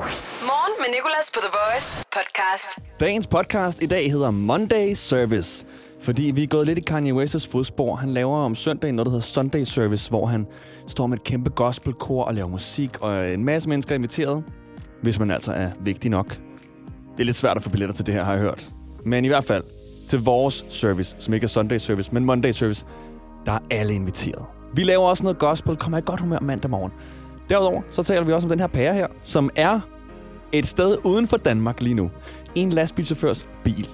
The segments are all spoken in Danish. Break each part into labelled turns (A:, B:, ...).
A: Morgen med Nicolas på The Voice podcast.
B: Dagens podcast i dag hedder Monday Service, fordi vi er gået lidt i Kanye West's fodspor. Han laver om søndagen noget, der hedder Sunday Service, hvor han står med et kæmpe gospelkor og laver musik, og en masse mennesker er inviteret, hvis man altså er vigtig nok. Det er lidt svært at få billetter til det her, har jeg hørt. Men i hvert fald, til vores service, som ikke er Sunday Service, men Monday Service, der er alle inviteret. Vi laver også noget gospel, kommer i godt humør mandag morgen. Derudover, så taler vi også om den her pære her, som er et sted uden for Danmark lige nu. En lastbilchaufførs bil.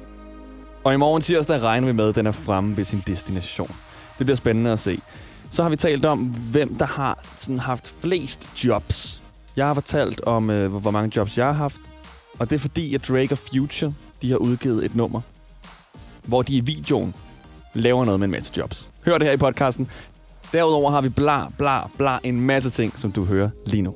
B: Og i morgen tirsdag regner vi med, at den er fremme ved sin destination. Det bliver spændende at se. Så har vi talt om, hvem der har sådan haft flest jobs. Jeg har fortalt om, øh, hvor- hvor mange jobs jeg har haft. Og det er fordi, at Drake og Future de har udgivet et nummer, hvor de i videoen laver noget med en masse jobs. Hør det her i podcasten. Derudover har vi bla, bla, bla en masse ting, som du hører lige nu.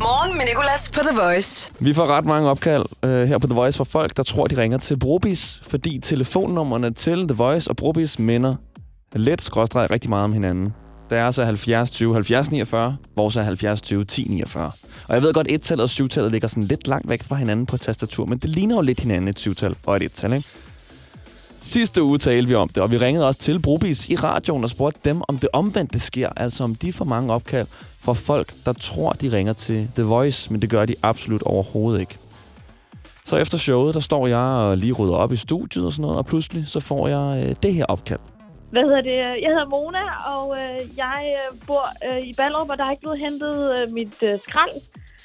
A: Morgen med Nicolas på The Voice.
B: Vi får ret mange opkald øh, her på The Voice fra folk, der tror, de ringer til Brobis, fordi telefonnummerne til The Voice og Brobis minder let skråstreg rigtig meget om hinanden. Deres er 70 20 70 49, vores er 70 20 10 49. Og jeg ved godt, et tallet og syvtallet ligger sådan lidt langt væk fra hinanden på tastatur, men det ligner jo lidt hinanden et syvtal og et ettal, ikke? Sidste uge talte vi om det, og vi ringede også til Brobis i radioen og spurgte dem, om det omvendte sker, altså om de får mange opkald fra folk, der tror, de ringer til The Voice, men det gør de absolut overhovedet ikke. Så efter showet, der står jeg og lige rydder op i studiet og sådan noget, og pludselig så får jeg øh, det her opkald.
C: Hvad hedder det? Jeg hedder Mona, og øh, jeg øh, bor øh, i Ballerup, og der er ikke blevet hentet øh, mit øh, skrald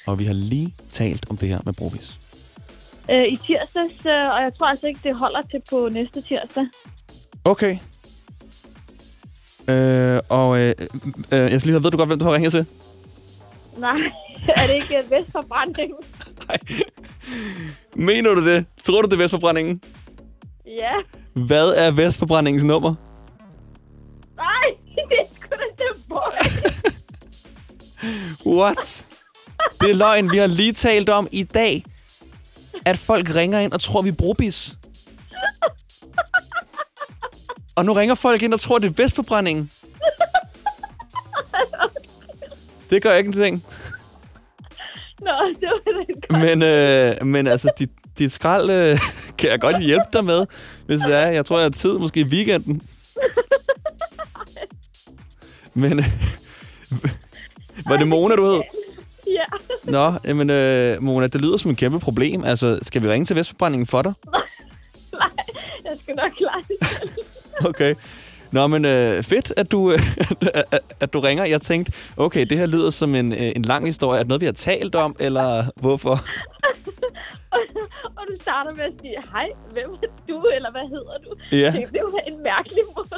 B: Og vi har lige talt om det her med Brobis.
C: øh, i tirsdags, øh, og jeg tror altså ikke, det holder til på næste tirsdag.
B: Okay. Øh, og øh, øh, jeg skal lige høre, ved du godt, hvem du har ringet til?
C: Nej, er det ikke øh, vestforbrænding?
B: Nej. Mener du det? Tror du, det er Vestforbrændingen?
C: Ja.
B: Hvad er Vestforbrændingens nummer?
C: Nej, det er sgu da det boy.
B: What? Det er løgn, vi har lige talt om i dag, at folk ringer ind og tror, vi er brobis. Og nu ringer folk ind og tror, det er vestforbrændingen. Det gør ikke en ting.
C: Nå, det var da godt.
B: Men, øh, men altså, dit, dit skrald øh, kan jeg godt hjælpe dig med, hvis det er. Jeg tror, jeg har tid, måske i weekenden. Men øh, var det Mona, du hed?
C: Ja.
B: Nå, jamen, øh, Mona, det lyder som et kæmpe problem. Altså, skal vi ringe til Vestforbrændingen for dig?
C: Nej, jeg skal nok klare det. selv.
B: Okay. Nå, men øh, fedt, at du, øh, at- at- at du ringer. Jeg tænkte, okay, det her lyder som en, øh, en lang historie. Er det noget, vi har talt om, eller hvorfor?
C: og du starter med at sige, hej, hvem er du, eller hvad hedder du?
B: Ja.
C: Det, det var en mærkelig måde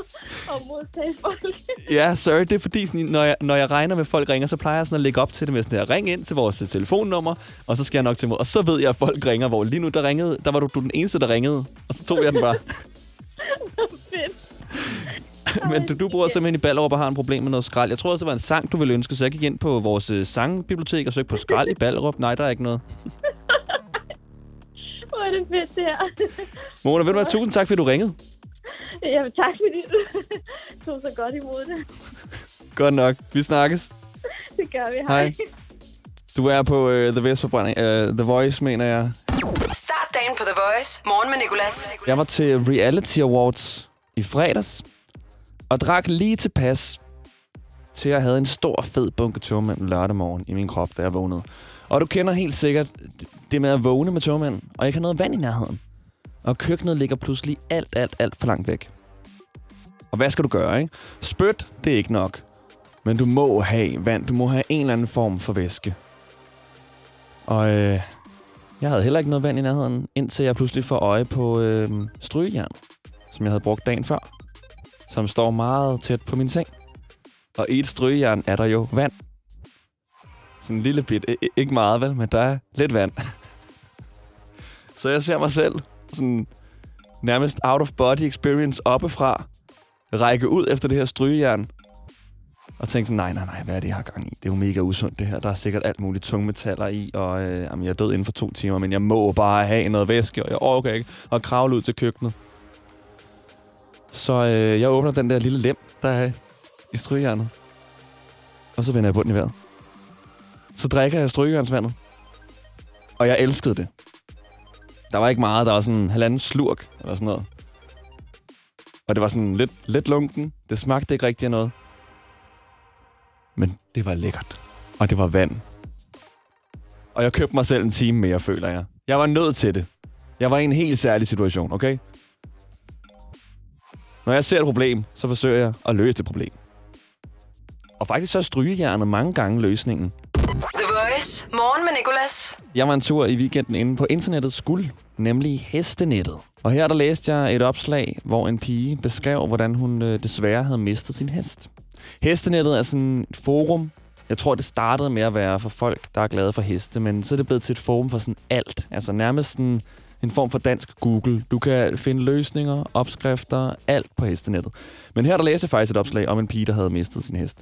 C: at modtage folk.
B: Ja, sorry, det er fordi, sådan, når, jeg, når jeg regner med, at folk ringer, så plejer jeg sådan at lægge op til det med sådan her, ring ind til vores øh, telefonnummer, og så skal jeg nok til imod. Og så ved jeg, at folk ringer, hvor lige nu, der ringede, der var du, du den eneste, der ringede, og så tog jeg den bare.
C: Fedt.
B: Men du, du bor simpelthen i Ballerup og har en problem med noget skrald. Jeg tror også, det var en sang, du ville ønske, så jeg gik ind på vores øh, sangbibliotek og søgte på skrald i Ballerup. Nej, der er ikke noget.
C: Hvor er det fedt, det her.
B: Mona, ved du hvad? Tusind tak, fordi du ringede.
C: Jamen, tak fordi du tog så godt imod det.
B: Godt nok. Vi snakkes.
C: Det gør vi.
B: Hej. Du er på øh, The Voice forbrænding. Øh, The Voice, mener jeg.
A: Start dagen på The Voice. Morgen med Nicolas.
B: Jeg var til Reality Awards i fredags, og drak lige tilpas, til jeg havde en stor, fed bunke tørmand lørdag morgen i min krop, da jeg vågnede. Og du kender helt sikkert det med at vågne med tørmanden, og ikke har noget vand i nærheden. Og køkkenet ligger pludselig alt, alt, alt for langt væk. Og hvad skal du gøre, ikke? Spyt, det er ikke nok. Men du må have vand. Du må have en eller anden form for væske. Og øh, jeg havde heller ikke noget vand i nærheden, indtil jeg pludselig får øje på øh, strygejern, som jeg havde brugt dagen før, som står meget tæt på min seng. Og i et strygejern er der jo vand. Sådan en lille bit. I- i- Ikke meget, vel? Men der er lidt vand. Så jeg ser mig selv sådan nærmest out-of-body experience oppefra række ud efter det her strygejern. Og tænke sådan, nej, nej, nej, hvad er det, jeg har gang i? Det er jo mega usundt, det her. Der er sikkert alt muligt tungmetaller i, og øh, jamen, jeg er død inden for to timer, men jeg må bare have noget væske, og jeg orker ikke at kravle ud til køkkenet. Så øh, jeg åbner den der lille lem, der er i strygejernet. Og så vender jeg bunden i vejret. Så drikker jeg strygejernsvandet. og jeg elskede det. Der var ikke meget, der var sådan en halvanden slurk eller sådan noget. Og det var sådan lidt, lidt lunken. Det smagte ikke rigtig af noget. Men det var lækkert. Og det var vand. Og jeg købte mig selv en time mere, føler jeg. Jeg var nødt til det. Jeg var i en helt særlig situation, okay? Når jeg ser et problem, så forsøger jeg at løse det problem. Og faktisk så er strygejernet mange gange løsningen.
A: The Voice. Morgen med Nicolas.
B: Jeg var en tur i weekenden inde på internettets guld, nemlig hestenettet. Og her der læste jeg et opslag, hvor en pige beskrev, hvordan hun øh, desværre havde mistet sin hest. Hestenettet er sådan et forum. Jeg tror, det startede med at være for folk, der er glade for heste, men så er det blevet til et forum for sådan alt. Altså nærmest sådan en form for dansk Google. Du kan finde løsninger, opskrifter, alt på hestenettet. Men her der læste jeg faktisk et opslag om en pige, der havde mistet sin hest.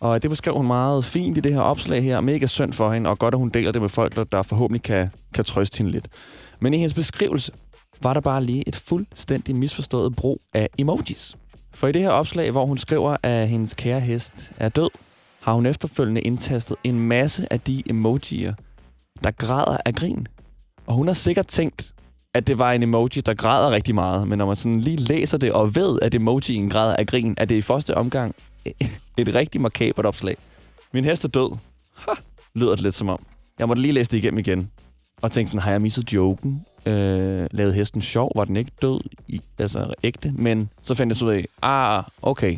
B: Og det beskrev hun meget fint i det her opslag her. Mega synd for hende, og godt, at hun deler det med folk, der- der forhåbentlig kan, kan trøste hende lidt. Men i hendes beskrivelse var der bare lige et fuldstændig misforstået brug af emojis. For i det her opslag, hvor hun skriver, at hendes kære hest er død, har hun efterfølgende indtastet en masse af de emojier, der græder af grin. Og hun har sikkert tænkt, at det var en emoji, der græder rigtig meget. Men når man sådan lige læser det og ved, at emojien græder af grin, er det i første omgang et rigtig makabert opslag. Min hest er død. Ha, lyder det lidt som om. Jeg måtte lige læse det igennem igen. Og tænkte sådan, har jeg misset joken? Øh, lavede hesten sjov? Var den ikke død? I, altså ægte? Men så fandt jeg så ud af, ah, okay.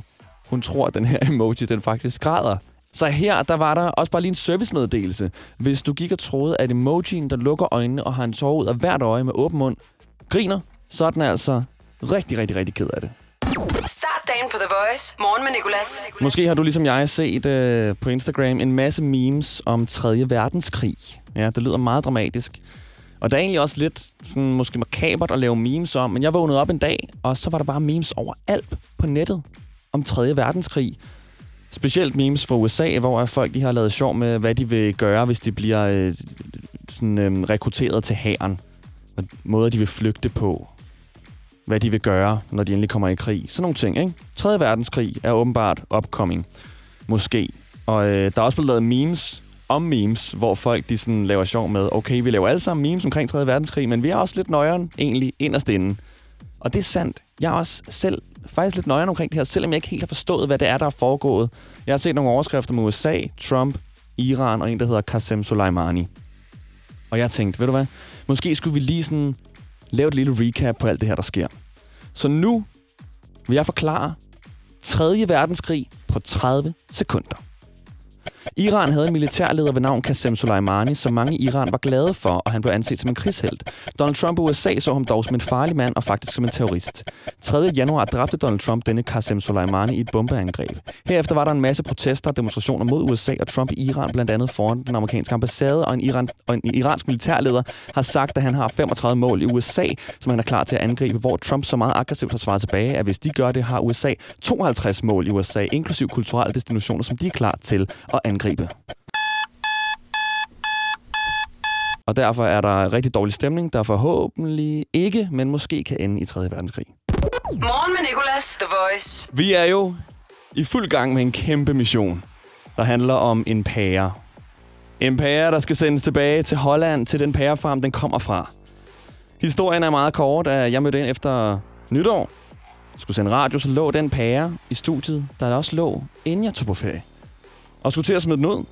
B: Hun tror, at den her emoji, den faktisk græder. Så her, der var der også bare lige en servicemeddelelse. Hvis du gik og troede, at emojien, der lukker øjnene og har en tårer ud af hvert øje med åben mund, griner, så er den altså rigtig, rigtig, rigtig ked af det.
A: Start dagen på The Voice. Morgen med Nicolas.
B: Måske har du ligesom jeg set øh, på Instagram en masse memes om 3. verdenskrig. Ja, det lyder meget dramatisk. Og der er egentlig også lidt sådan, måske makabert at lave memes om, men jeg vågnede op en dag, og så var der bare memes overalt på nettet om 3. verdenskrig. Specielt memes fra USA, hvor at folk de har lavet sjov med, hvad de vil gøre, hvis de bliver øh, sådan, øh, rekrutteret til hæren. Og måder, de vil flygte på. Hvad de vil gøre, når de endelig kommer i krig. Sådan nogle ting, ikke? 3. verdenskrig er åbenbart opkoming. Måske. Og øh, der er også blevet lavet memes om memes, hvor folk de sådan laver sjov med, okay, vi laver alle sammen memes omkring 3. verdenskrig, men vi er også lidt nøjeren egentlig inderst inde. Og det er sandt. Jeg er også selv faktisk lidt nøjeren omkring det her, selvom jeg ikke helt har forstået, hvad det er, der er foregået. Jeg har set nogle overskrifter med USA, Trump, Iran og en, der hedder Qasem Soleimani. Og jeg tænkte, ved du hvad, måske skulle vi lige sådan lave et lille recap på alt det her, der sker. Så nu vil jeg forklare 3. verdenskrig på 30 sekunder. Iran havde en militærleder ved navn Qasem Soleimani, som mange i Iran var glade for, og han blev anset som en krigshelt. Donald Trump i USA så ham dog som en farlig mand og faktisk som en terrorist. 3. januar dræbte Donald Trump denne Qasem Soleimani i et bombeangreb. Herefter var der en masse protester og demonstrationer mod USA og Trump i Iran, blandt andet foran den amerikanske ambassade, og en, Iran, og en iransk militærleder har sagt, at han har 35 mål i USA, som han er klar til at angribe, hvor Trump så meget aggressivt har svaret tilbage, at hvis de gør det, har USA 52 mål i USA, inklusiv kulturelle destinationer, som de er klar til at angribe. Og derfor er der rigtig dårlig stemning, der forhåbentlig ikke, men måske kan ende i 3. verdenskrig.
A: Morgen med Nicolas. The Voice.
B: Vi er jo i fuld gang med en kæmpe mission, der handler om en pære. En pære, der skal sendes tilbage til Holland, til den pærefarm, den kommer fra. Historien er meget kort, at jeg mødte ind efter nytår. Skulle sende radio, så lå den pære i studiet, der også lå, inden jeg tog på ferie. Og skulle til at smide den ud.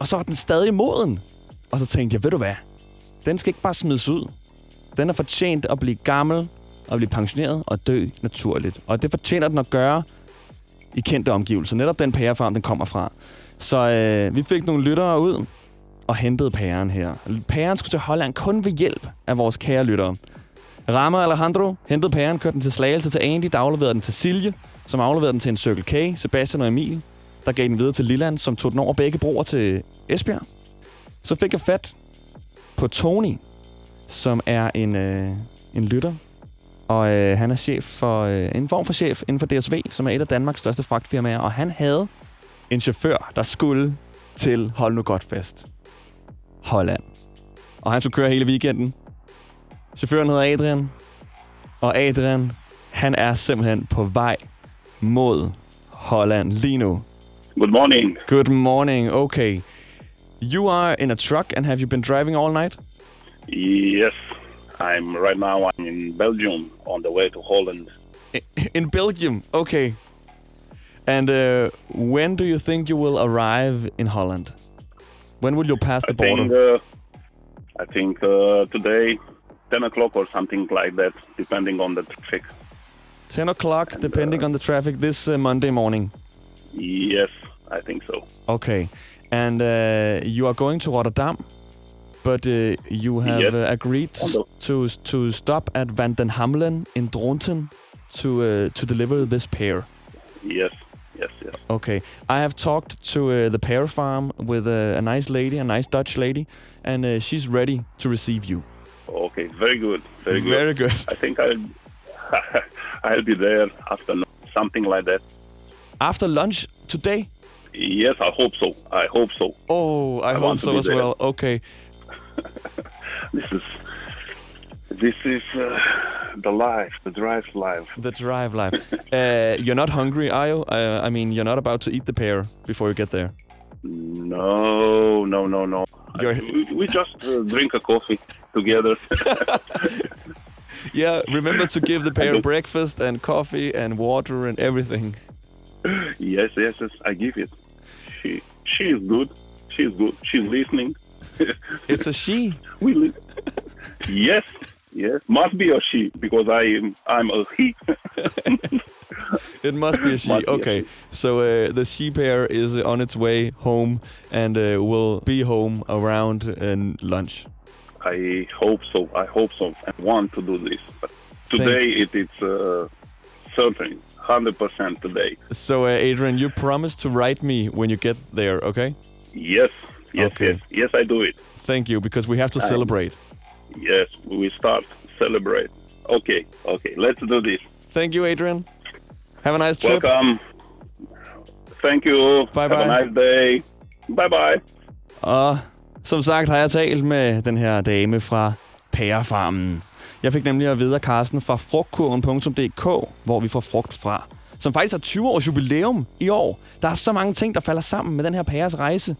B: Og så var den stadig moden. Og så tænkte jeg, ved du hvad? Den skal ikke bare smides ud. Den er fortjent at blive gammel, og blive pensioneret og dø naturligt. Og det fortjener den at gøre, i kendte omgivelser. Netop den pærefarm, den kommer fra. Så øh, vi fik nogle lyttere ud og hentede pæren her. Pæren skulle til Holland kun ved hjælp af vores kære lyttere. Rama Alejandro hentede pæren, kørte den til Slagelse til Andy, der afleverede den til Silje, som afleverede den til en Circle K, Sebastian og Emil, der gav den videre til Lilland, som tog den over begge broer til Esbjerg. Så fik jeg fat på Tony, som er en, øh, en lytter, og øh, han er chef for øh, en form for chef inden for DSV, som er et af Danmarks største fragtfirmaer, og han havde en chauffør, der skulle til, hold nu godt fast, Holland. Og han skulle køre hele weekenden. Chaufføren hedder Adrian, og Adrian, han er simpelthen på vej mod Holland lige nu.
D: Good morning.
B: Good morning, okay. You are in a truck, and have you been driving all night?
D: Yes, I'm right now. I'm in Belgium on the way to Holland.
B: in Belgium. Okay. And uh, when do you think you will arrive in Holland? When will you pass the
D: I think,
B: border?
D: uh, I think uh, today, 10 o'clock or something like that, depending on the traffic.
B: 10 o'clock, depending on the traffic, this uh, Monday morning.
D: Yes, I think so.
B: Okay. And uh, you are going to Rotterdam, but uh, you have
D: Yes.
B: uh, agreed to,
D: Hello.
B: to to stop at Van den Hamelen in Dronten to uh, to deliver this pear.
D: Yes, yes, yes.
B: Okay, I have talked to uh, the pear farm with a, a nice lady, a nice Dutch lady, and uh, she's ready to receive you.
D: Okay, very good, very good.
B: Very good.
D: I think I'll, I'll be there after something like that.
B: After lunch today?
D: Yes, I hope so. I hope so.
B: Oh, I, hope
D: want to
B: so
D: be
B: as
D: there.
B: well. Okay.
D: This is this is uh, the life, the drive life.
B: The drive life. uh, you're not hungry, are you? Uh, I mean, you're not about to eat the pear before you get there.
D: No, no, no, no.
B: You're-
D: We, we just uh, drink a coffee together.
B: Yeah, remember to give the pear
D: don't-
B: breakfast and coffee and water and everything.
D: yes, yes, yes. I give it. She she is good. She is good. She's listening.
B: It's a she.
D: We li- yes, yes. Must be a she because I am I'm a he.
B: It must be a she.
D: Must be a
B: okay, so uh, the she pear is on its way home and uh, will be home around uh, lunch.
D: I hope so. I hope so. I want to do this. But today it, it's uh, certain, 100% today.
B: So, uh, Adrian, you promise to write me when you get there, okay?
D: Yes, yes,
B: Okay.
D: yes. Yes, I do it.
B: Thank you, because we have to celebrate.
D: Yes, we start, celebrate. Okay, okay. Let's do this.
B: Thank you, Adrian. Have a nice trip.
D: Welcome. Thank you.
B: Bye-bye.
D: Have a nice day. Bye bye.
B: Og som sagt har jeg talt med den her dame fra Pærefarmen. Jeg fik nemlig at vide af Carsten fra frugtkurven.dk, hvor vi får frugt fra. Som faktisk har 20 års jubilæum i år. Der er så mange ting, der falder sammen med den her pæres rejse.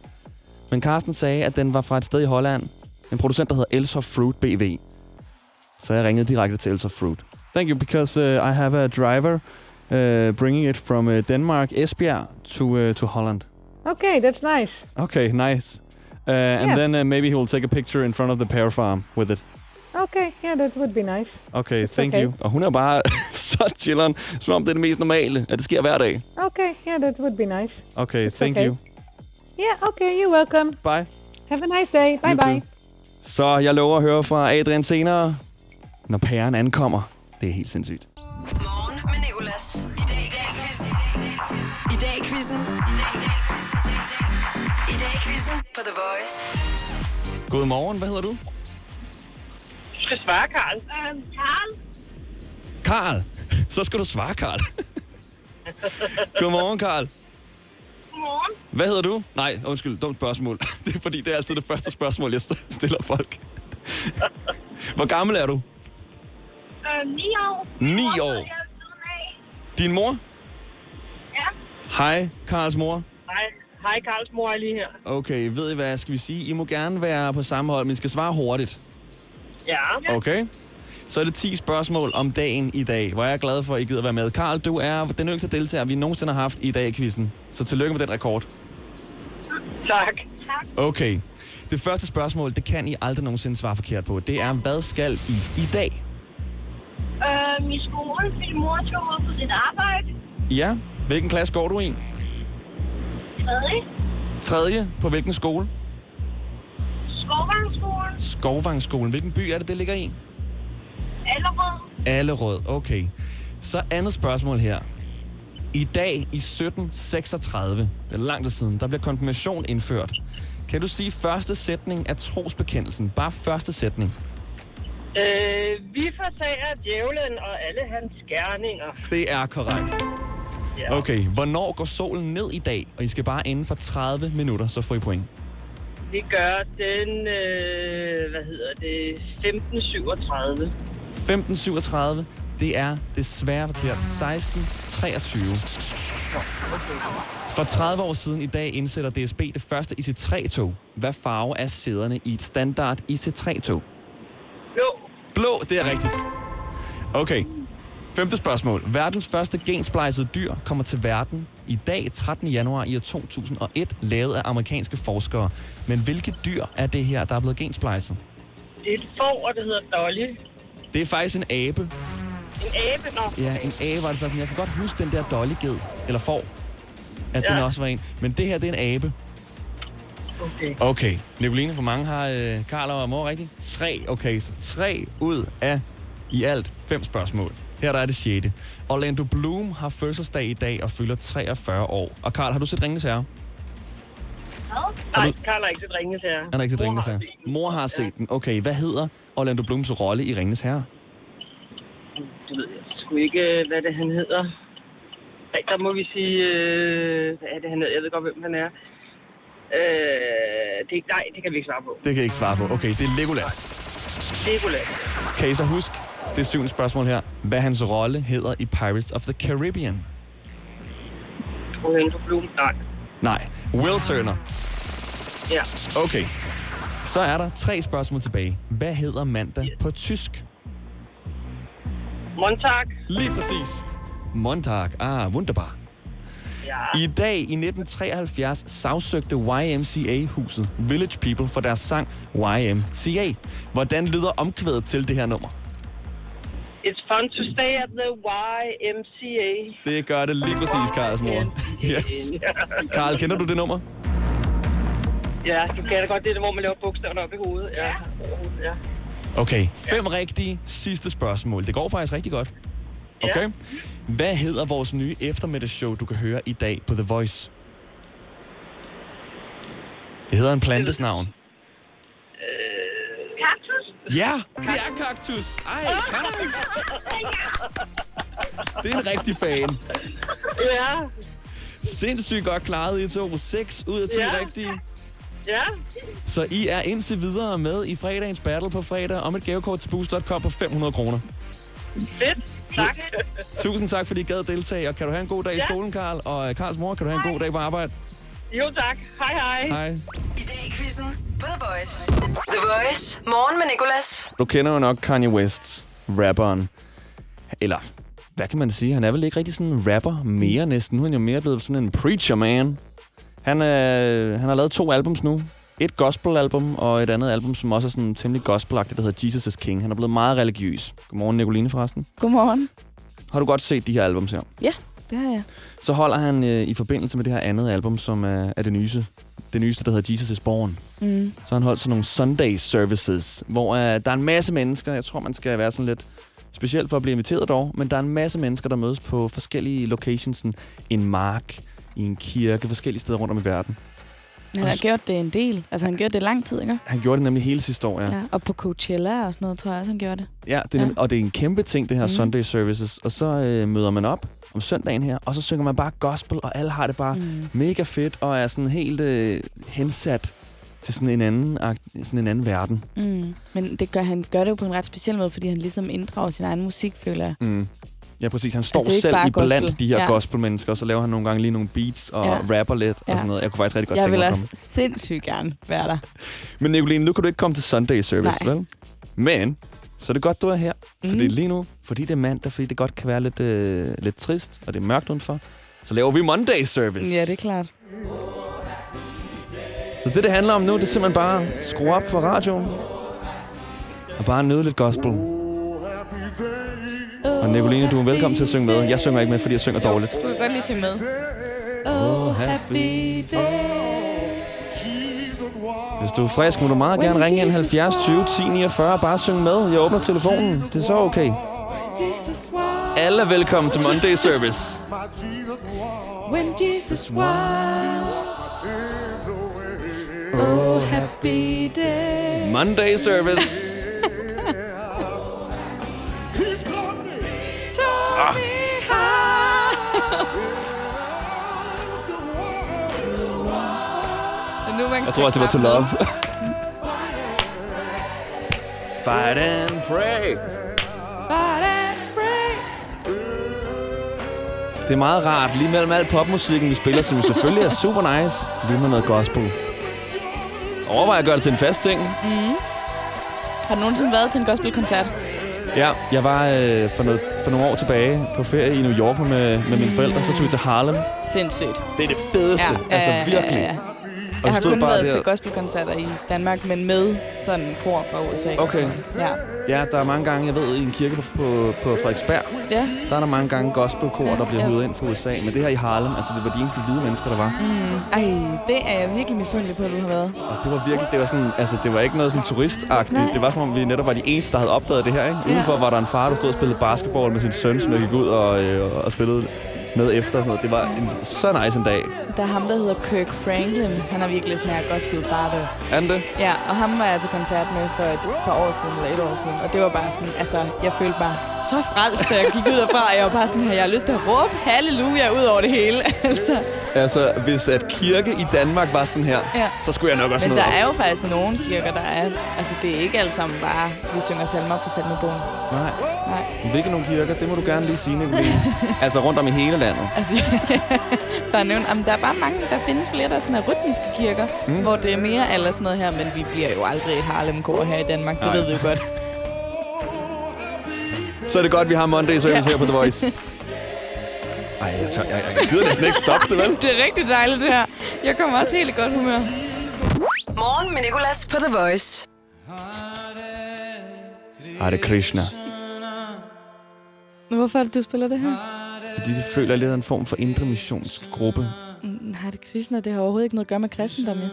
B: Men Carsten sagde, at den var fra et sted i Holland. En producent, der hedder Elser Fruit BV. Så jeg ringede direkte til Elser Fruit. Thank you, because uh, I have a driver uh, bringing it from uh, Denmark, Esbjerg, to, uh, to Holland.
E: Okay, that's nice.
B: Okay, nice. Uh,
E: Yeah.
B: And then uh, maybe he will take a picture in front of the pear farm with it.
E: Okay, yeah, that would be nice.
B: Okay, thank
E: okay.
B: you. Og hun er bare så chilleren, som om det er det mest normale, at det sker hver dag.
E: Okay, yeah, that would be nice.
B: Okay,
E: It's
B: thank
E: okay.
B: you.
E: Yeah, okay, you're welcome.
B: Bye.
E: Have a nice day. Bye
B: You
E: bye.
B: too. Så jeg lover at høre fra Adrian senere, når pæren ankommer. Det er helt sindssygt.
A: Morgen med Nicolas. I dag i dag quizzen. I dag quizzen. I dag i dag quizzen. I dag quizzen på The Voice.
B: Godmorgen, hvad hedder du?
F: Du skal svare, Karl. Karl?
B: Karl. Så skal du svare, Karl. Godmorgen, Karl.
F: Godmorgen.
B: Hvad hedder du? Nej, undskyld, dumt spørgsmål. Det er fordi, det er altid det første spørgsmål, jeg st- stiller folk. Hvor gammel er du?
F: Øh, 9 år.
B: Ni år. Din mor?
F: Ja.
B: Hej, Karls mor.
F: Hej, hej Karls mor er lige her.
B: Okay, ved I hvad, skal vi sige? I må gerne være på samme hold, men I skal svare hurtigt.
F: Ja.
B: Okay? Så er det 10 spørgsmål om dagen i dag, hvor jeg er glad for, at I gider være med. Karl, du er den yngste deltager, vi nogensinde har haft i dag i quizzen. Så tillykke med den rekord.
F: Tak.
B: Okay. Det første spørgsmål, det kan I aldrig nogensinde svare forkert på. Det er, hvad skal I i dag?
F: Øh, min skole, min mor tog ud på sit arbejde.
B: Ja, hvilken klasse går du i?
F: Tredje.
B: Tredje, på hvilken skole?
F: Skovvangsskolen.
B: Skovvangsskolen. Hvilken by er det, det ligger i?
F: Allerød.
B: Allerød, okay. Så andet spørgsmål her. I dag i 1736, det er lang tid siden, der bliver konfirmation indført. Kan du sige første sætning af trosbekendelsen? Bare første sætning.
F: Øh, vi forsager djævlen og alle hans gerninger.
B: Det er korrekt.
F: Ja.
B: Okay, hvornår går solen ned i dag? Og I skal bare inden for 30 minutter, så får I point.
F: Vi gør den, øh, hvad hedder det, 1537.
B: 15.37, det er desværre forkert. 16.23. For 30 år siden i dag indsætter DSB det første IC3-tog. Hvad farve er sæderne i et standard IC3-tog?
F: Blå.
B: Blå, det er rigtigt. Okay. Femte spørgsmål. Verdens første gensplejsede dyr kommer til verden i dag, 13. januar i år 2001, lavet af amerikanske forskere. Men hvilke dyr er det her, der er blevet gensplejset?
F: Det er et får, og det hedder Dolly.
B: Det er faktisk en abe.
F: En abe, nå.
B: Ja, en abe var det faktisk. men Jeg kan godt huske den der dolleged, eller får, at ja. den
F: Ja.
B: også var en. Men det her, det er en abe.
F: Okay.
B: Okay. Nicoline, hvor mange har øh, Karl og mor rigtigt? Tre. Okay, så tre ud af i alt fem spørgsmål. Her der er det sjette. Orlando Bloom har fødselsdag i dag og fylder 43 år. Og Karl, har du set Ringens Herre?
F: Nej, Karl har ikke set ringe til jer.
B: Han har ikke set
F: Mor
B: Ringens
F: har
B: Herre.
F: set den.
B: Mor har set den. Okay, hvad hedder Orlando Blooms rolle i Ringens Herre?
F: Det ved jeg sgu ikke, øh, hvad det han hedder. Nej, der må vi sige, øh, hvad er det han hedder? Jeg ved godt, hvem han er. Øh, det, er ikke- nej, det kan vi ikke svare på.
B: Det kan jeg ikke svare på. Okay, det er Legolas.
F: Legolas.
B: Kan I så huske det syvende spørgsmål her? Hvad hans rolle hedder i Pirates of the Caribbean?
F: Orlando på Bloom. Nej.
B: Nej, Will Turner.
F: Ja.
B: Okay. Så er der tre spørgsmål tilbage. Hvad hedder mandag på tysk?
F: Montag.
B: Lige præcis. Montag. Ah, wunderbar.
F: Ja.
B: I dag i 1973 sagsøgte YMCA-huset Village People for deres sang YMCA. Hvordan lyder omkvædet til det her nummer?
F: It's fun to stay at the YMCA.
B: Det gør det lige præcis, Karls mor. Yes. Karl, kender du det nummer?
F: ja, du kan da godt det, der, hvor man laver bogstaverne op i hovedet. Ja. ja.
B: Okay, fem rigtige sidste spørgsmål. Det går faktisk rigtig godt. Okay. Hvad hedder vores nye eftermiddagsshow, du kan høre i dag på The Voice? Det hedder en plantes navn.
G: Kaktus?
B: Ja, det er kaktus. Ej, Karen. Det er en rigtig fan.
F: Ja.
B: Sindssygt godt klaret I to. 6 ud af 10
F: Ja.
B: rigtige.
F: Ja.
B: Så I er indtil videre med i fredagens battle på fredag om et gavekort til boost.com på 500 kroner.
F: Fedt. Tak.
B: Tusind tak, fordi I gad deltage, og kan du have en god dag i
F: Ja.
B: skolen, Karl Og øh, Karls mor, kan du have en god dag på arbejde?
F: Jo, tak. Hej, hej.
B: Hej.
A: I dag i quizzen på The Voice. The Voice. Morgen med Nicolas.
B: Du kender jo nok Kanye West, rapperen. Eller, hvad kan man sige? Han er vel ikke rigtig sådan en rapper mere næsten. Nu er han jo mere blevet sådan en preacher man. Han, øh, han har lavet to albums nu. Et gospel-album og et andet album, som også er sådan temmelig gospelagtigt, der hedder Jesus is King. Han er blevet meget religiøs. Godmorgen, Nicoline forresten.
H: Godmorgen.
B: Har du godt set de her albums her?
H: Ja, det har jeg.
B: Så holder han øh, i forbindelse med det her andet album, som er, er det nyeste. Det nyeste, der hedder Jesus is Born.
H: Mm.
B: Så har han holdt sådan nogle Sunday services, hvor øh, der er en masse mennesker. Jeg tror, man skal være sådan lidt specielt for at blive inviteret dog. Men der er en masse mennesker, der mødes på forskellige locations. Sådan en mark, i en kirke, forskellige steder rundt om i verden.
H: Han har gjort det en del. Altså, han gjorde det lang tid, ikke?
B: Han gjorde det nemlig hele sidste år, ja. ja.
H: Ja. Og på Coachella og sådan noget, tror jeg også, han gjorde det.
B: ja, det er nemlig, Og det er en kæmpe ting, det her mm.
H: Mm.
B: Sunday services. Og så øh, møder man op om søndagen her, og så synger man bare gospel, og alle har det bare
H: Mm.
B: mega fedt, og er sådan helt øh, hensat til sådan en anden, akt- sådan en anden verden.
H: Mm. Men det gør, han gør det jo på en ret speciel måde, fordi han ligesom inddrager sin egen musik, føler jeg.
B: Mm. Ja, præcis. Han står
H: det er ikke
B: altså, selv
H: bare
B: i blandt
H: gospel.
B: de her ja.
H: Ja.
B: gospelmennesker, og så laver han nogle gange lige nogle beats og ja.
H: Ja.
B: rapper lidt ja.
H: Ja.
B: og sådan noget. Jeg kunne faktisk rigtig godt
H: jeg
B: tænke
H: vil
B: mig at
H: også sindssygt gerne være der.
B: komme. Men Nicoline, nu kan du ikke komme til Sunday Service,
H: Nej.
B: vel? Men, så er det godt, du er her. Fordi
H: Mm.
B: lige nu, fordi det er mandag, fordi det godt kan være lidt, øh, lidt trist, og det er mørkt udenfor, så laver vi Monday Service.
H: Ja, det er klart.
B: Så det, det handler om nu, det er simpelthen bare at skrue op for radioen og bare nyde lidt
H: Oh,
B: gospel. Og Nicoline, du er velkommen til at synge med. Jeg synger ikke med, fordi jeg synger dårligt.
H: Du kan godt lige synge med.
B: Oh, happy Hvis du er frisk, må du meget gerne ringe ind 70 20 10 49. Bare synge med. Jeg åbner telefonen. Det er så okay. Alle er velkommen til Monday Service.
H: When Jesus oh, happy day.
B: Monday Service.
H: Så.
B: Jeg tror også, det var to love. Fight and pray. Det er meget rart. Lige mellem al popmusikken, vi spiller, som jo selvfølgelig er super nice, lige med noget gospel. Overvej at gøre det til en fast ting.
H: Har du nogensinde været til en gospelkoncert?
B: Ja, jeg var øh, for, noget, for nogle år tilbage på ferie i New York med, med mine forældre. Så tog vi til Harlem.
H: Sindssygt.
B: Det er det fedeste. Ja, altså virkelig. Ja, ja, Og
H: Jeg
B: vi
H: har
B: stod
H: kun
B: bare
H: været
B: der.
H: til gospelkoncerter i Danmark, men med sådan en kor fra USA.
B: Okay.
H: Ja.
B: Ja, der er mange gange, jeg ved, i en kirke på, på, på Frederiksberg,
H: Ja.
B: der er der mange gange gospelkor, der bliver
H: Ja.
B: hyret ind fra USA. Men det her i Harlem, altså det var de eneste hvide mennesker, der var.
H: Ej, det er jeg virkelig misundelig på, at du har været.
B: Og det var virkelig, det var sådan, altså det var ikke noget sådan turistagtigt.
H: Nej.
B: Det var som om vi netop var de eneste, der havde opdaget det her, ikke? Udenfor var der en far, der stod og spillede basketball med sin søn, som jeg gik ud og, øh, og spillede med efter og sådan noget. Det var en, så nice en dag.
H: Der er ham, der hedder Kirk Franklin. Han er virkelig sådan her gospelfar, der.
B: Er den det?
H: Ja, og ham var jeg til koncert med for et par år siden, eller et år siden. Og det var bare sådan, altså, jeg følte mig så frelst, da jeg gik ud derfra. Jeg var bare sådan her, jeg har lyst til at råbe halleluja ud over det hele. altså,
B: Altså, hvis at kirke i Danmark var sådan her,
H: Ja.
B: så skulle jeg nok også
H: men
B: noget
H: der
B: op.
H: er jo faktisk nogle kirker, der er... Altså, det er ikke alt sammen bare, vi synger salmer fra salmebogen.
B: Nej.
H: Nej.
B: Hvilke nogle kirker, det må du gerne lige sige, Nicoline. altså rundt om i hele landet.
H: Altså, for at nævne, jamen, der er bare mange, der findes flere, der sådan er rytmiske kirker, mm. hvor det er mere eller sådan noget her, men vi bliver jo aldrig et Harlem-kor her i Danmark, det
B: Nej.
H: Ej. ved vi jo godt.
B: Så er det godt, at vi har Monday Service
H: Ja.
B: her på The Voice. Ej, jeg, tør, jeg, jeg gider næsten ikke stoppe det, vel?
H: Det er rigtig dejligt, det her. Jeg kommer også helt i godt humør.
A: Morgen med Nicolas på The Voice.
B: Hare Krishna.
H: Men Hvorfor er det, du spiller det her?
B: Fordi det føler jeg lidt er en form for indre missionsk gruppe.
H: Nej, det kristne, det har overhovedet ikke noget at gøre med kristendom, ja.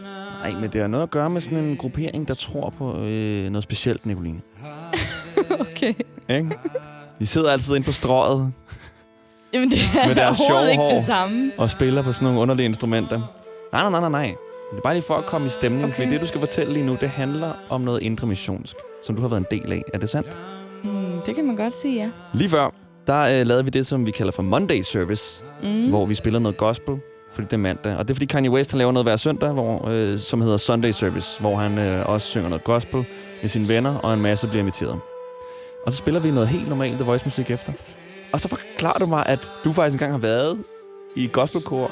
B: Nej, men det har noget at gøre med sådan en gruppering, der tror på øh, noget specielt, Nicoline.
H: Okay.
B: Ikke? De sidder altid inde på strøget
H: Jamen, det er
B: Med deres sjove
H: overhovedet ikke
B: hår.
H: det samme.
B: og spiller på sådan nogle underlige instrumenter. Nej, nej, nej, nej, nej. Det er bare lige for at komme i stemning, okay.
H: Okay.
B: fordi det, du skal fortælle lige nu, det handler om noget indre missionsk, som du har været en del af. Er det sandt?
H: Mm, det kan man godt sige, ja.
B: Lige før, der øh, lavede vi det, som vi kalder for Monday Service, mm. hvor vi spiller noget gospel, fordi det er mandag. Og det er, fordi Kanye West han laver noget hver søndag, hvor, øh, som hedder Sunday Service, hvor han øh, også synger noget gospel med sine venner, og en masse bliver inviteret. Og så spiller vi noget helt normalt The Voice-musik efter. Og så forklarer du mig, at du faktisk engang har været i et gospelkor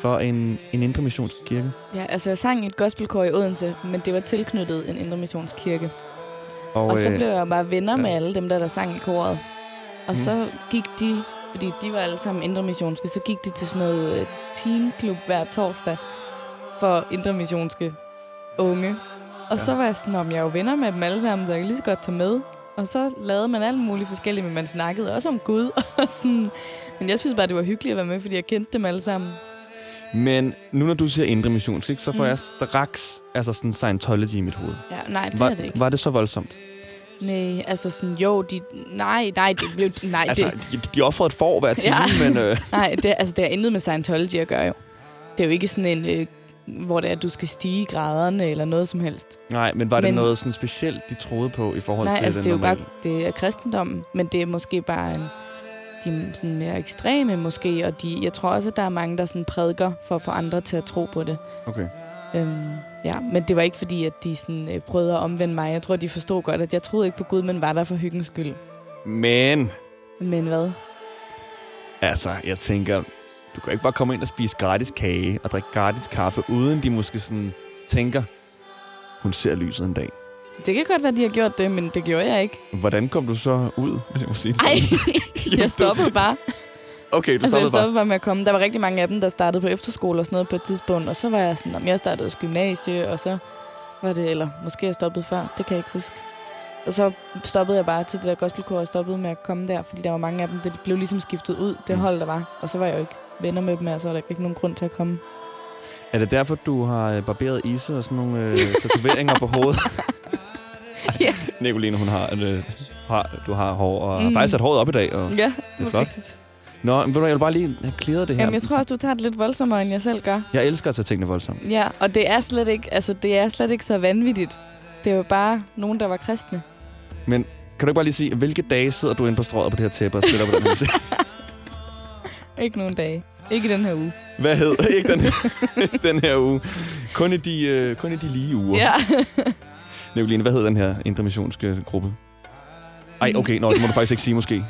B: for en, en indre missionsk kirke.
H: Ja, altså jeg sang i et gospelkor i Odense, men det var tilknyttet en indre missionskirke.
B: Og,
H: Og så
B: øh,
H: blev jeg bare venner med
B: ja.
H: alle dem, der, der sang i koret. Og
B: Mm.
H: mm. så gik de, fordi de var alle sammen indre missionske, så gik de til sådan noget øh, teenklub hver torsdag for indre missionske unge. Og
B: Ja.
H: ja. så var jeg sådan, om jeg er jo venner med dem alle sammen, så jeg kan lige så godt tage med. Og så lavede man alt muligt forskelligt, men man snakkede også om Gud. Og sådan. Men jeg synes bare, det var hyggeligt at være med, fordi jeg kendte dem alle sammen.
B: Men nu, når du siger indre missionsk, ikke, så får mm.
H: Mm.
B: jeg straks altså sådan Scientology i mit hoved.
H: Ja, nej, det var, er det
B: Var,
H: ikke.
B: var det så voldsomt?
H: Nej, altså sådan, jo, de... Nej, nej, det blev... Nej,
B: Altså,
H: det,
B: de, de offrede et får hver time, ja.
H: Ja.
B: men øh,
H: nej det, altså, det har intet med Scientology at gøre, jo. Det er jo ikke sådan en... Øh, hvor det er, at du skal stige i graderne eller noget som helst.
B: nej, men var det
H: Men-
B: noget sådan specielt, de troede på i forhold
H: Nej,
B: til
H: altså,
B: den
H: det er jo bare
B: normale?
H: det er kristendommen, men det er måske bare en, de er sådan mere ekstreme måske, og de, jeg tror også, at der er mange, der sådan prædiker for at få andre til at tro på det.
B: Okay.
H: Øhm, ja, men det var ikke fordi, at de sådan, øh, prøvede at omvende mig. Jeg tror, de forstod godt, at jeg troede ikke på Gud, men var der for hyggens skyld.
B: Men,
H: Men hvad?
B: altså, jeg tænker, du kan ikke bare komme ind og spise gratis kage og drikke gratis kaffe, uden de måske sådan tænker, hun ser lyset en dag.
H: Det kan godt være, de har gjort det, men det gjorde jeg ikke.
B: Hvordan kom du så ud, hvis jeg må sige det
H: Ej,
B: sådan? Jamen, du-
H: jeg stoppede bare.
B: Okay, du
H: Altså, jeg
B: stoppede bare.
H: stoppede bare med at komme. Der var rigtig mange af dem, der startede på efterskole og sådan noget på et tidspunkt. Og så var jeg sådan, om jeg startede også gymnasie, og så var det... Eller måske jeg stoppede før, det kan jeg ikke huske. Og så stoppede jeg bare til det der gospelkor og stoppede med at komme der, fordi der var mange af dem, der de blev ligesom skiftet ud, det
B: Mm.
H: hold, der var. Og så var jeg jo ikke venner med dem, og så var der ikke nogen grund til at komme.
B: Er det derfor, du har øh, barberet ise og sådan nogle øh, tatoveringer på hovedet?
H: Ja.
B: Nicoline, hun har, øh, har, du har hår, og mm. har
H: Mm.
B: faktisk sat håret op i dag. Og...
H: Ja,
B: det er flot.
H: Rigtigt.
B: Nå, men ved du, hvad, jeg vil bare lige have clearet det her.
H: Jamen, jeg tror også, du tager det lidt voldsommere, end jeg selv gør.
B: jeg elsker at tage tingene voldsomt.
H: Ja, og det er slet ikke, altså, det er slet ikke så vanvittigt. Det er jo bare nogen, der var kristne.
B: Kan du ikke bare lige sige, hvilke dage sidder du inde på strøget på det her tæppe og spiller på den her musik?
H: Ikke nogen dage. Ikke i den her uge.
B: Hvad hed? Ikke den, ikke den her uge. Kun i de, øh, kun i de lige uger.
H: Ja.
B: Nicoline, hvad hed den her intermissionske gruppe? Ej, okay. Nå, det må du faktisk ikke sige måske.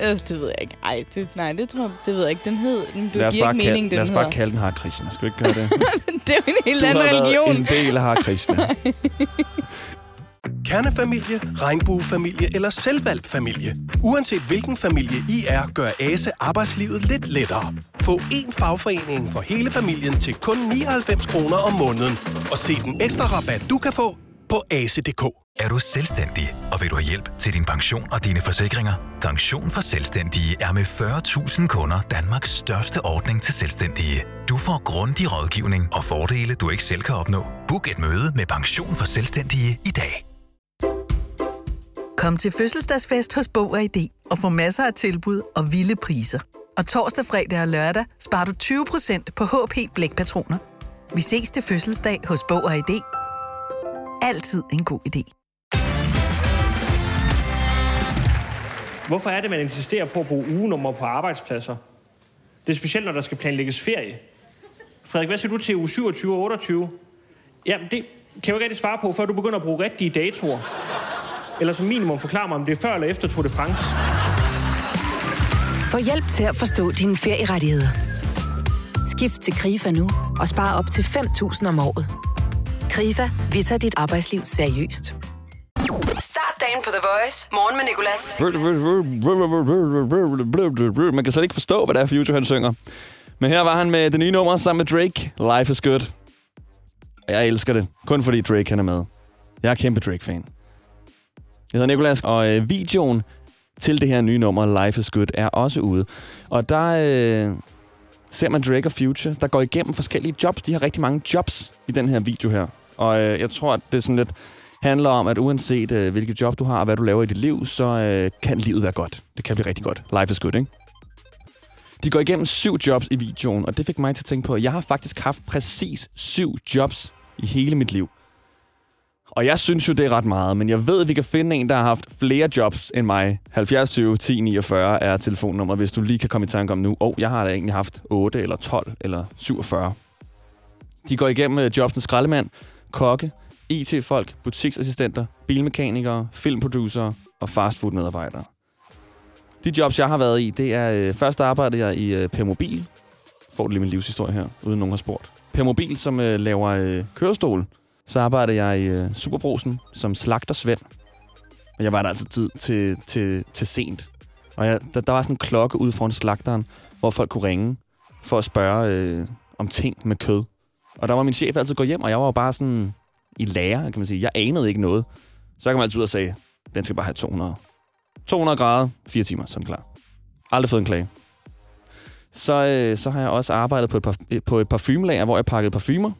I: Øh, det ved jeg ikke. Ej, det, nej, det tror jeg, det ved jeg ikke. Den hed, den, du
B: lad
I: giver
B: os
I: ikke
B: bare,
I: mening,
B: kalde,
I: den
B: lad os
I: hedder.
B: bare kalde den Hare Krishna. Skal vi ikke gøre det?
I: det er jo en helt
B: du
I: anden
B: har
I: religion.
B: været en del af Hare Krishna.
G: Kernefamilie, regnbuefamilie eller selvvalgt familie. Uanset hvilken familie I er, gør ASE arbejdslivet lidt lettere. Få én fagforening for hele familien til kun 99 kroner om måneden. Og se den ekstra rabat, du kan få på ase.dk.
J: Er du selvstændig, og vil du have hjælp til din pension og dine forsikringer? Pension for Selvstændige er med 40.000 kunder Danmarks største ordning til selvstændige. Du får grundig rådgivning og fordele, du ikke selv kan opnå. Book et møde med Pension for Selvstændige i dag.
H: Kom til fødselsdagsfest hos Bog og ID og få masser af tilbud og vilde priser. Og torsdag, fredag og lørdag sparer du 20% på HP Blækpatroner. Vi ses til fødselsdag hos Bog og ID. Altid en god idé.
K: Hvorfor er det, man insisterer på at bruge ugenummer på arbejdspladser? Det er specielt, når der skal planlægges ferie. Frederik, hvad siger du til uge 27 og 28? Jamen, det kan jeg jo ikke rigtig svare på, før du begynder at bruge rigtige datoer. Eller som minimum forklare mig, om det er før eller efter Tour de France.
L: Få hjælp til at forstå dine ferierettigheder. Skift til KRIFA nu og spar op til 5.000 om året. KRIFA, vi tager dit arbejdsliv seriøst.
A: Start dagen på The Voice. Morgen med Nicolas.
B: Man kan slet ikke forstå, hvad det er, Future han synger. Men her var han med det nye nummer sammen med Drake. Life is good. Og Jeg elsker det. Kun fordi Drake han er med. Jeg er kæmpe Drake-fan. Jeg hedder Nicolas, og øh, videoen til det her nye nummer, Life is Good, er også ude. Og der øh, ser man Drake og Future, der går igennem forskellige jobs. De har rigtig mange jobs i den her video her. Og øh, jeg tror, at det er sådan lidt handler om, at uanset øh, hvilket job du har og hvad du laver i dit liv, så øh, kan livet være godt. Det kan blive rigtig godt. Life is good, ikke? De går igennem syv jobs i videoen, og det fik mig til at tænke på, at jeg har faktisk haft præcis syv jobs i hele mit liv. Og jeg synes jo, det er ret meget, men jeg ved, at vi kan finde en, der har haft flere jobs end mig. 70 20 10 49 er telefonnummer, hvis du lige kan komme i tanke om nu. Åh, oh, jeg har da egentlig haft 8 eller 12 eller 47. De går igennem øh, jobsen skraldemand, kokke, IT-folk, butiksassistenter, bilmekanikere, filmproducere og fastfood-medarbejdere. De jobs, jeg har været i, det er... Øh, først arbejdede jeg i øh, Per Mobil. Får du lige min livshistorie her, uden nogen har spurgt. Per Mobil, som øh, laver øh, kørestol. Så arbejdede jeg i øh, Superbrosen som slagtersvend. Og jeg var der altså tid til, til, til sent. Og jeg, der, der var sådan en klokke ude foran slagteren, hvor folk kunne ringe for at spørge øh, om ting med kød. Og der var min chef altid gå hjem, og jeg var jo bare sådan i lære, kan man sige. Jeg anede ikke noget. Så kan man altid ud og sige, den skal bare have 200. 200 grader, 4 timer, sådan klar. Aldrig fået en klage. Så, øh, så har jeg også arbejdet på et, par, øh, på et parfumelager, hvor jeg pakkede parfumer.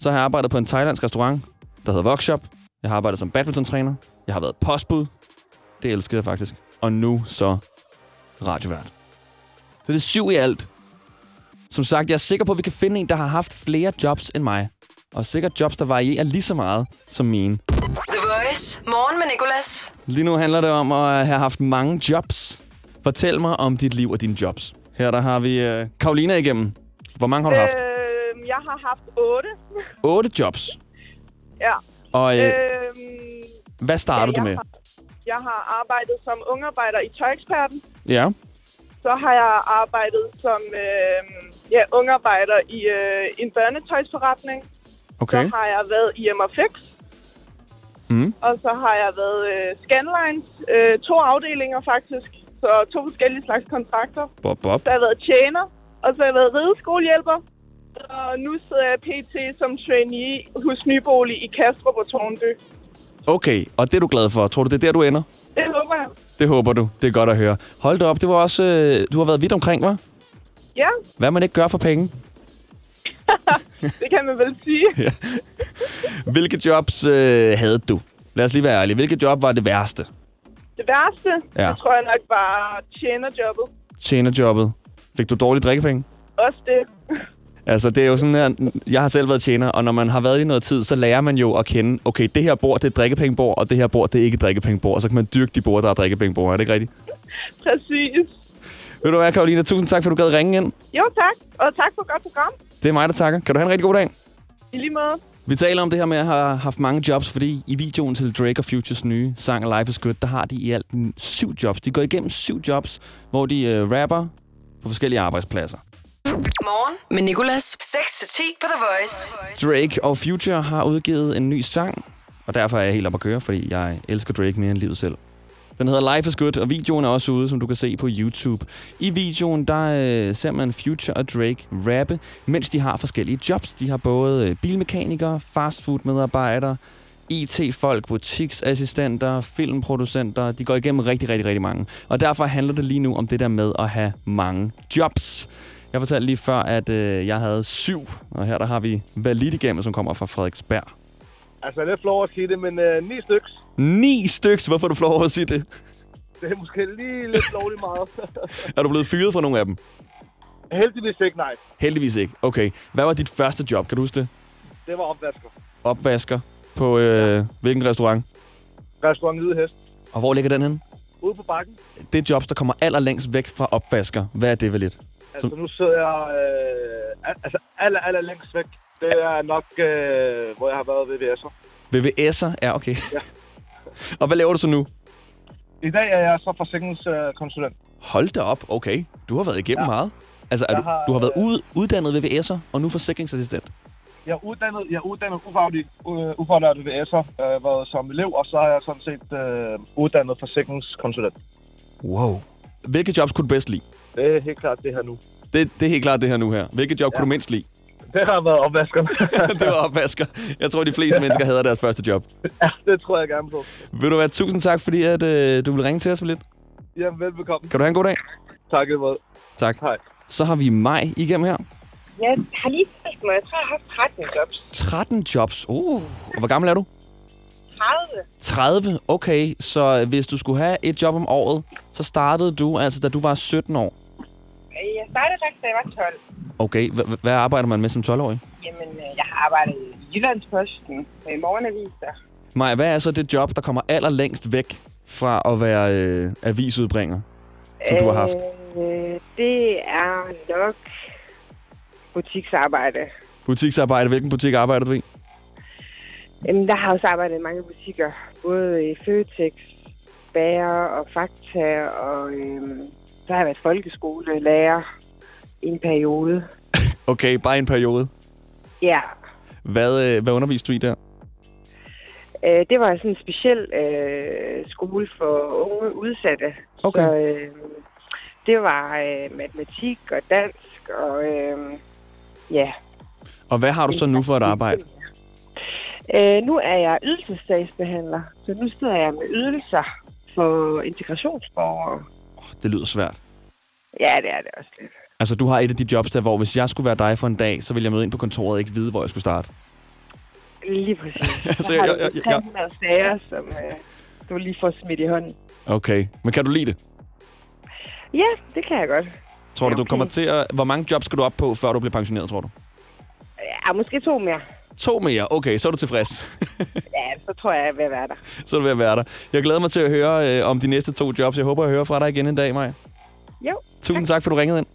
B: Så har jeg arbejdet på en thailandsk restaurant, der hedder Workshop. Jeg har arbejdet som badmintontræner. Jeg har været postbud. Det elskede jeg faktisk. Og nu så radiovært. Så det er syv i alt. Som sagt, jeg er sikker på, at vi kan finde en, der har haft flere jobs end mig. Og sikkert jobs, der varierer lige så meget som mine.
A: The Voice. Morgen med Nicolas.
B: Lige nu handler det om at have haft mange jobs. Fortæl mig om dit liv og dine jobs. Her der har vi øh, Karolina igennem. Hvor mange har du haft?
F: Øhm, jeg har haft otte.
B: Otte jobs.
F: Øh. ja.
B: Og øh,
F: Øhm,
B: hvad starter du
F: ja, jeg
B: med?
F: Har, jeg har arbejdet som ungarbejder i tøjeksperten.
B: Ja.
F: Så har jeg arbejdet som øhm, ja, ungarbejder i øh, en børnetøjsforretning.
B: Okay.
F: Så har jeg været i MFX,
B: Mm.
F: og så har jeg været øh, Scanlines. Øh, to afdelinger faktisk, så to forskellige slags kontrakter.
B: Bob, Bob.
F: Så har jeg været tjener, og så har jeg været rideskolehjælper. Og nu sidder jeg pt. som trainee hos Nybolig i Kastrup og Tornby.
B: Okay, og det er du glad for. Tror du, det er der, du ender?
F: Det håber jeg.
B: Det håber du. Det er godt at høre. Hold da op, det var også... Øh, du har været vidt omkring, hva'?
F: Ja,
B: Hvad man ikke gør for penge.
F: det kan man vel sige.
B: Ja. Hvilke jobs øh, havde du? Lad os lige være ærlige. Hvilke job var det værste?
F: Det værste,
B: Ja.
F: ja. det tror jeg nok var tjenerjobbet.
B: Tjenerjobbet. Fik du dårlige drikkepenge?
F: Også det.
B: Altså, det er jo sådan her, jeg har selv været tjener, og når man har været i noget tid, så lærer man jo at kende, okay, det her bord, det er et drikkepengebord, og det her bord, det er ikke et drikkepengebord, og så kan man dyrke de bord, der er drikkepengebord, er det ikke rigtigt?
F: Præcis.
B: Ved du hvad, Karoline, tusind tak, for at du gad ringe ind.
F: Jo, tak. Og tak for et godt program.
B: Det er mig, der takker. Kan du have en rigtig god dag?
F: I lige måde.
B: Vi taler om det her med at have haft mange jobs, fordi i videoen til Drake og Futures nye sang Life is Good, der har de i alt syv jobs. De går igennem syv jobs, hvor de øh, rapper på forskellige arbejdspladser.
A: Morgen med Nicolas. 6 til 10 på The Voice.
B: Drake og Future har udgivet en ny sang, og derfor er jeg helt op at køre, fordi jeg elsker Drake mere end livet selv. Den hedder Life is Good, og videoen er også ude, som du kan se på YouTube. I videoen, der øh, ser man Future og Drake rappe, mens de har forskellige jobs. De har både øh, bilmekanikere, fastfood-medarbejdere, IT-folk, butiksassistenter, filmproducenter. De går igennem rigtig, rigtig, rigtig mange. Og derfor handler det lige nu om det der med at have mange jobs. Jeg fortalte lige før, at øh, jeg havde syv, og her der har vi Valid igennem, som kommer fra Frederiksberg.
J: Altså, jeg er lidt flov at sige det, men øh, ni styks,
B: Ni styks! Hvorfor er du flov over at sige det?
J: det er måske lige lidt lovligt meget.
B: Er du blevet fyret fra nogle af dem?
J: Heldigvis ikke, nej.
B: Heldigvis ikke. Okay. Hvad var dit første job? Kan du huske det?
J: Det var opvasker.
B: Opvasker på øh, hvilken restaurant?
J: Restaurant Hvide Hest.
B: Og hvor ligger den henne?
J: Ude på bakken.
B: Det er jobs, der kommer allerlængst væk fra opvasker. Hvad er det vel lidt?
J: Altså, nu sidder jeg øh, al- altså, aller, aller længst væk. Det er nok, øh, hvor jeg har været ved VVS'er.
B: VVS'er? Ja, okay. Ja. og hvad laver du så nu?
J: I dag er jeg så forsikringskonsulent.
B: Hold da op. Okay. Du har været igennem ja. meget. Altså, er
J: Jeg
B: du,
J: har, øh,
B: du har været ud, uddannet VVS'er og nu forsikringsassistent.
J: Jeg er uddannet, jeg er uddannet ufaglig, øh, ufaglært VVS'er, øh, været som elev, og så har jeg sådan set øh, uddannet forsikringskonsulent.
B: Wow. Hvilke jobs kunne du bedst lide?
J: Det er helt klart det her nu.
B: Det, det er helt klart det her nu her. Hvilke job ja. kunne du mindst lide?
J: Det har været opvaskerne.
B: det var opvasker. Jeg tror, de fleste mennesker hader deres første job.
J: ja, det tror jeg gerne på.
B: Vil du være tusind tak, fordi at, øh, du vil ringe til os om lidt.
J: Jamen, velbekomme.
B: Kan du have en god dag?
J: Tak, Edvard.
B: Tak. Hej. Så har vi mig igennem her.
F: Jeg har lige tænkt mig, jeg tror, jeg har haft 13 jobs.
B: 13 jobs. Uh, og hvor gammel er du?
F: 30.
B: 30. Okay, så hvis du skulle have et job om året, så startede du, altså da du var 17 år.
F: Øh, Jeg startede faktisk, da jeg var 12.
B: Okay, h- h- hvad arbejder man med som 12-årig?
F: Jamen, øh, jeg har arbejdet i Jyllandsposten med morgenaviser.
B: Maja, hvad er så det job, der kommer allerlængst væk fra at være øh, avisudbringer, som øh... du har haft?
F: Øh, det er nok butiksarbejde.
B: Butiksarbejde. Hvilken butik arbejder du i?
F: Jamen, der har jeg også arbejdet i mange butikker. Både i Føtex, Bager og Fakta, og øhm, så har jeg været folkeskolelærer i en periode.
B: Okay, bare en periode.
F: Ja,
B: Hvad, øh, hvad underviste du i der?
F: øh, det var sådan en speciel øh, skole for unge udsatte. Okay. Så øh, det var øh, matematik og dansk, og øh, ja.
B: Og hvad har du så nu for et arbejde?
F: Øh, nu er jeg ydelsessagsbehandler, så nu sidder jeg med ydelser for integrationsborgere.
B: Det lyder svært.
F: Ja, det er det også lidt.
B: Altså, du har et af de jobs der, hvor hvis jeg skulle være dig for en dag, så ville jeg møde ind på kontoret og ikke vide, hvor jeg skulle starte.
F: Lige præcis.
B: Altså,
F: altså,
B: jeg-
F: jeg,
B: jeg-
F: har
B: jeg-
F: du 300 sager, som øh, du lige får smidt i hånden.
B: Okay, men kan du lide det?
F: Ja, det kan jeg godt.
B: Tror du, du kommer til at... Hvor mange jobs skal du op på, før du bliver pensioneret, tror du?
F: Ja, måske to mere.
B: To mere. Okay, så er du tilfreds.
F: Ja, så tror jeg, jeg vil være der.
B: så er du ved at være der. Jeg glæder mig til at høre øh, om de næste to jobs. Jeg håber, jeg hører fra dig igen en dag, Maja.
F: Jo,
B: Tusind tak, for du ringede ind.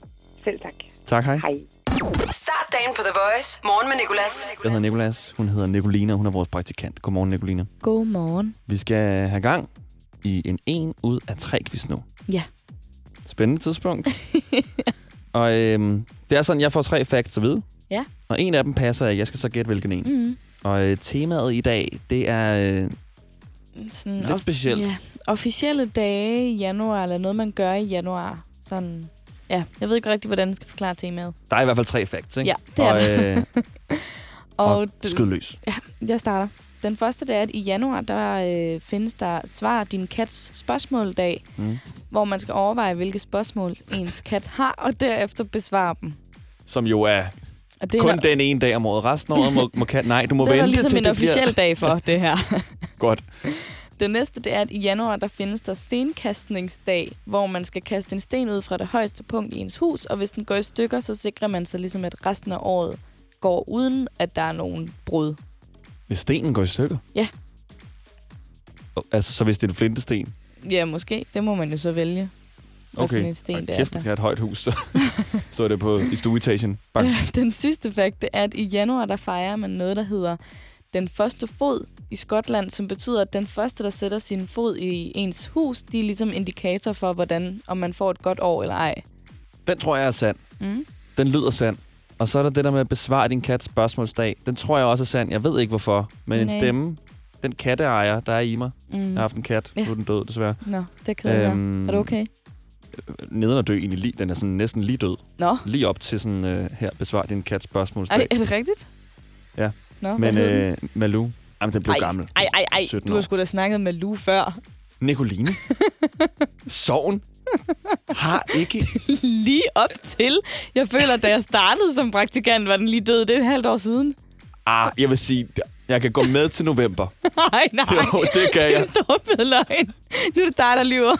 F: selv tak.
B: Tak, hej.
F: Hej.
A: Start dagen på The Voice. Morgen med Nicolas.
B: Jeg hedder Nikolas. Hun hedder Nicolina, og hun er vores praktikant. Godmorgen, Nicolina.
H: Godmorgen.
B: Vi skal have gang i en 1 ud af 3 quiz nu.
H: Ja.
B: Spændende tidspunkt. og øhm, det er sådan, jeg får tre facts at vide.
H: Ja.
B: Og en af dem passer ikke. Jeg skal så gætte, hvilken en.
H: Mhm.
B: Og øh, temaet i dag, det er... Øh,
H: Sådan
B: Lidt
H: of-
B: specielt.
H: Ja. Officielle dage i januar, eller noget, man gør i januar. Sådan, ja, jeg ved ikke rigtig, hvordan jeg skal forklare temaet.
B: der er i hvert fald tre facts, ikke?
H: Ja, det er
B: og,
H: der.
B: øh, og, og
H: du-
B: skyd løs.
H: Ja, jeg starter. Den første, det er, at i januar, der øh, findes der Svar din kats spørgsmåldag,
B: Mm.
H: hvor man skal overveje, hvilke spørgsmål ens kat har, og derefter besvare dem.
B: Som jo er,
H: Og
B: det er kun
H: der-
B: den ene dag om året. Resten af året må, må kan, Nej, du må
H: det er der
B: vente
H: ligesom
B: til
H: en
B: det bliver-
H: officiel dag for det her.
B: Godt.
H: Den næste, det er, at i januar, der findes der stenkastningsdag, hvor man skal kaste en sten ud fra det højeste punkt i ens hus, og hvis den går i stykker, så sikrer man sig ligesom, at resten af året går uden, at der er nogen brud.
B: Hvis stenen går i stykker?
H: Ja.
B: Altså, så hvis det er en flintesten?
H: Ja, måske. Det må man jo så vælge. hvad for en sten
B: Hold
H: det er.
B: kæft, man
H: der-
B: skal have et højt hus, så, så er det på, i stueetagen. Bang.
H: Den sidste fakt det er, at i januar der fejrer man noget, der hedder den første fod i Skotland, som betyder, at den første, der sætter sin fod i ens hus, de er ligesom indikator for, hvordan om man får et godt år eller ej.
B: Den tror jeg er sand.
H: Mm.
B: Den lyder sand. Og så er der det der med at besvare din kats spørgsmålsdag. Den tror jeg også er sand. Jeg ved ikke hvorfor, men en
H: Nej.
B: stemme, den katteejer, der er i mig.
H: Mm.
B: Mm. Jeg har haft en kat, nu
H: Ja.
B: er den død desværre.
H: Nå, det kan jeg øhm,
B: Øhm,
H: Er du okay?
B: Neden og dø egentlig lige, den er sådan næsten lige død.
H: Nå.
B: Lige op til sådan, øh, her, besvar din kats spørgsmålsdag.
H: Ej, er det rigtigt?
B: Ja.
H: Nå,
B: men
H: hvad hed
B: øh, Malou, jamen den blev
H: ej,
B: gammel.
H: Ej, ej, ej.
B: 17
H: Du har
B: år.
H: sgu da snakket med Lou før.
B: Nicoline. Soven. Har ikke...
H: lige op til. Jeg føler, da jeg startede som praktikant, var den lige død. Det er et halvt år siden.
B: Ah, jeg vil sige, jeg kan gå med til november.
H: Nej, nej.
B: Jo, det kan jeg.
H: Det er stort fed løgn. Nu er det dig, der lyver.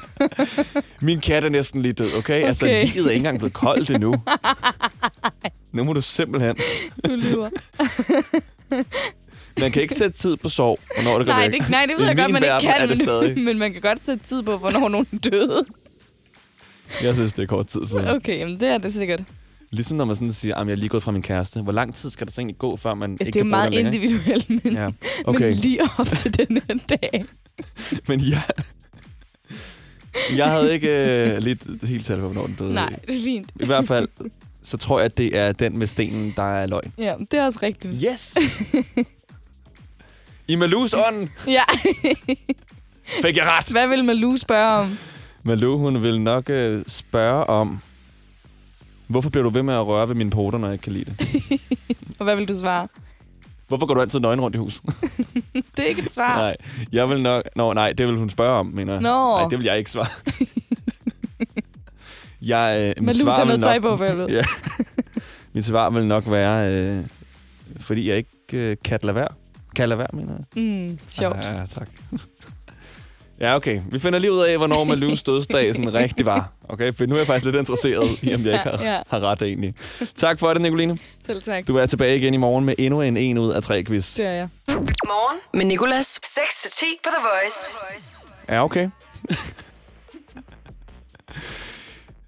B: Min kat er næsten lige død, okay? okay. Altså,
H: Okay.
B: livet er ikke engang blevet koldt endnu. nu må du simpelthen...
H: Du lyver.
B: Man kan ikke sætte tid på sov, hvornår det går
H: nej,
B: væk.
H: det, nej, det ved
B: I
H: jeg godt,
B: min
H: man ikke
B: verden
H: kan.
B: er det stadig.
H: Men, men man kan godt sætte tid på, hvornår nogen er døde.
B: Jeg synes, det er kort tid siden. Okay.
H: Okay, jamen det er det sikkert.
B: Ligesom når man sådan siger, at jeg er lige gået fra min kæreste. Hvor lang tid skal der så egentlig gå, før man
H: Ja,
B: ikke
H: det
B: kan bruge
H: er meget
B: den længere?
H: individuelt, men,
B: Ja,
H: okay.
B: okay.
H: men lige op til den her dag.
B: Men jeg... Jeg havde ikke øh, lidt helt tal på, hvornår den døde.
H: Nej, det er fint.
B: I hvert fald, så tror jeg, at det er den med stenen, der er løgn.
H: Ja, det er også rigtigt.
B: Yes! I Malus ånd
H: ja.
B: fik jeg ret.
H: Hvad vil Malou spørge om?
B: Malou, hun vil nok øh, spørge om, hvorfor bliver du ved med at røre ved mine poter, når jeg ikke kan lide det?
H: Og hvad vil du svare?
B: Hvorfor går du altid nøgen rundt i huset?
H: Det er ikke et svar.
B: nej, jeg vil nok... Nå, nej, det vil hun spørge om, mener jeg.
H: Nå.
B: Nej, det vil jeg ikke svare. jeg, øh, mit
H: Malou,
B: svar vil
H: tag noget
B: nok-
H: tøj på, for helvede.
B: ja. Mit svar vil nok være, øh, fordi jeg ikke øh, kan lade være. Kan lade være, mener jeg.
H: Mm, sjovt.
B: Ja, tak. Ja, okay. Vi finder lige ud af, hvornår Malus dødsdag sådan rigtig var. Okay, for nu er jeg faktisk lidt interesseret i, om jeg ikke har,
H: Ja, ja.
B: har ret egentlig. Tak for det, Nicoline.
H: Selv tak.
B: Du er tilbage igen i morgen med endnu en en ud af tre quiz.
H: Det er jeg.
A: Morgen med Nicolas. 6-10 på The Voice.
B: Ja, okay.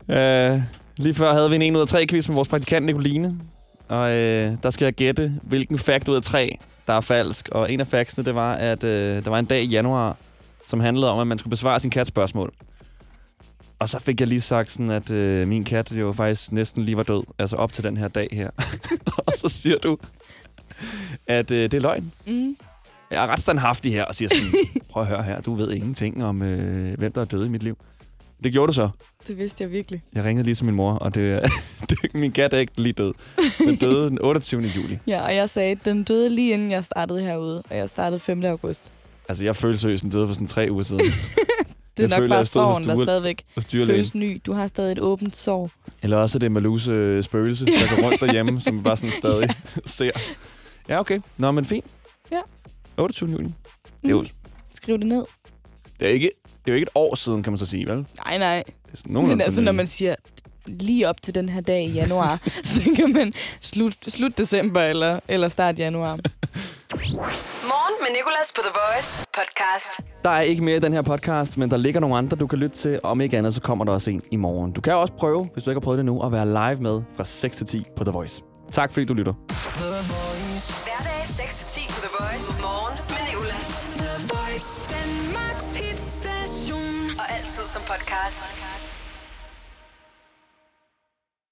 B: øh, lige før havde vi en 1 ud af 3 quiz med vores praktikant Nicoline. Og øh, der skal jeg gætte, hvilken fact ud af 3, der er falsk. Og en af factsene, det var, at øh, der var en dag i januar, som handlede om, at man skulle besvare sin kat spørgsmål. Og så fik jeg lige sagt sådan, at øh, min kat jo faktisk næsten lige var død. Altså op til den her dag her. og så siger du, at øh, det er løgn.
H: Mm.
B: Jeg er ret standhaftig her og siger sådan, prøv at høre her, du ved ingenting om, øh, hvem der er døde i mit liv. Det gjorde du så.
H: Det vidste jeg virkelig.
B: Jeg ringede lige til min mor, og det, det min kat er ikke lige død. Den døde den 28. juli.
H: Ja, og jeg sagde, at den døde lige inden jeg startede herude, og jeg startede 5. august.
B: Altså, jeg følte seriøst, den døde for sådan tre uger siden.
H: Det er
B: Jeg
H: nok
B: føler,
H: bare
B: jeg stod hos
H: sorgen, der
B: due-
H: stadigvæk
B: hos dyrlægen.
H: føles ny. Du har stadig et åbent sår.
B: Eller også er det Malus øh, spøgelse, der går rundt derhjemme, som bare sådan stadig ser. Ja, okay. Nå, men fint.
H: Ja.
B: 28. juli. Det er, jo, det
H: Skriv det ned.
B: er, jo ikke, det er jo ikke et år siden, kan man så sige, vel?
H: Nej, nej.
B: Det er sådan nogenlunde
H: Men altså,
B: for
H: når
B: nylig.
H: man siger lige op til den her dag i januar, så kan man slut, slut december eller, eller start januar.
A: Morgen med Nicolas på The Voice podcast.
B: Der er ikke mere i den her podcast, men der ligger nogle andre, du kan lytte til. Om ikke andet, så kommer der også en i morgen. Du kan også prøve, hvis du ikke har prøvet det nu, at være live med fra 6 til 10 på The Voice. Tak fordi du lytter.
A: The Voice. Hverdag 6-10 på The Voice. Morgen med Nicolas. The Voice. Danmarks hitstation. Og altid som podcast.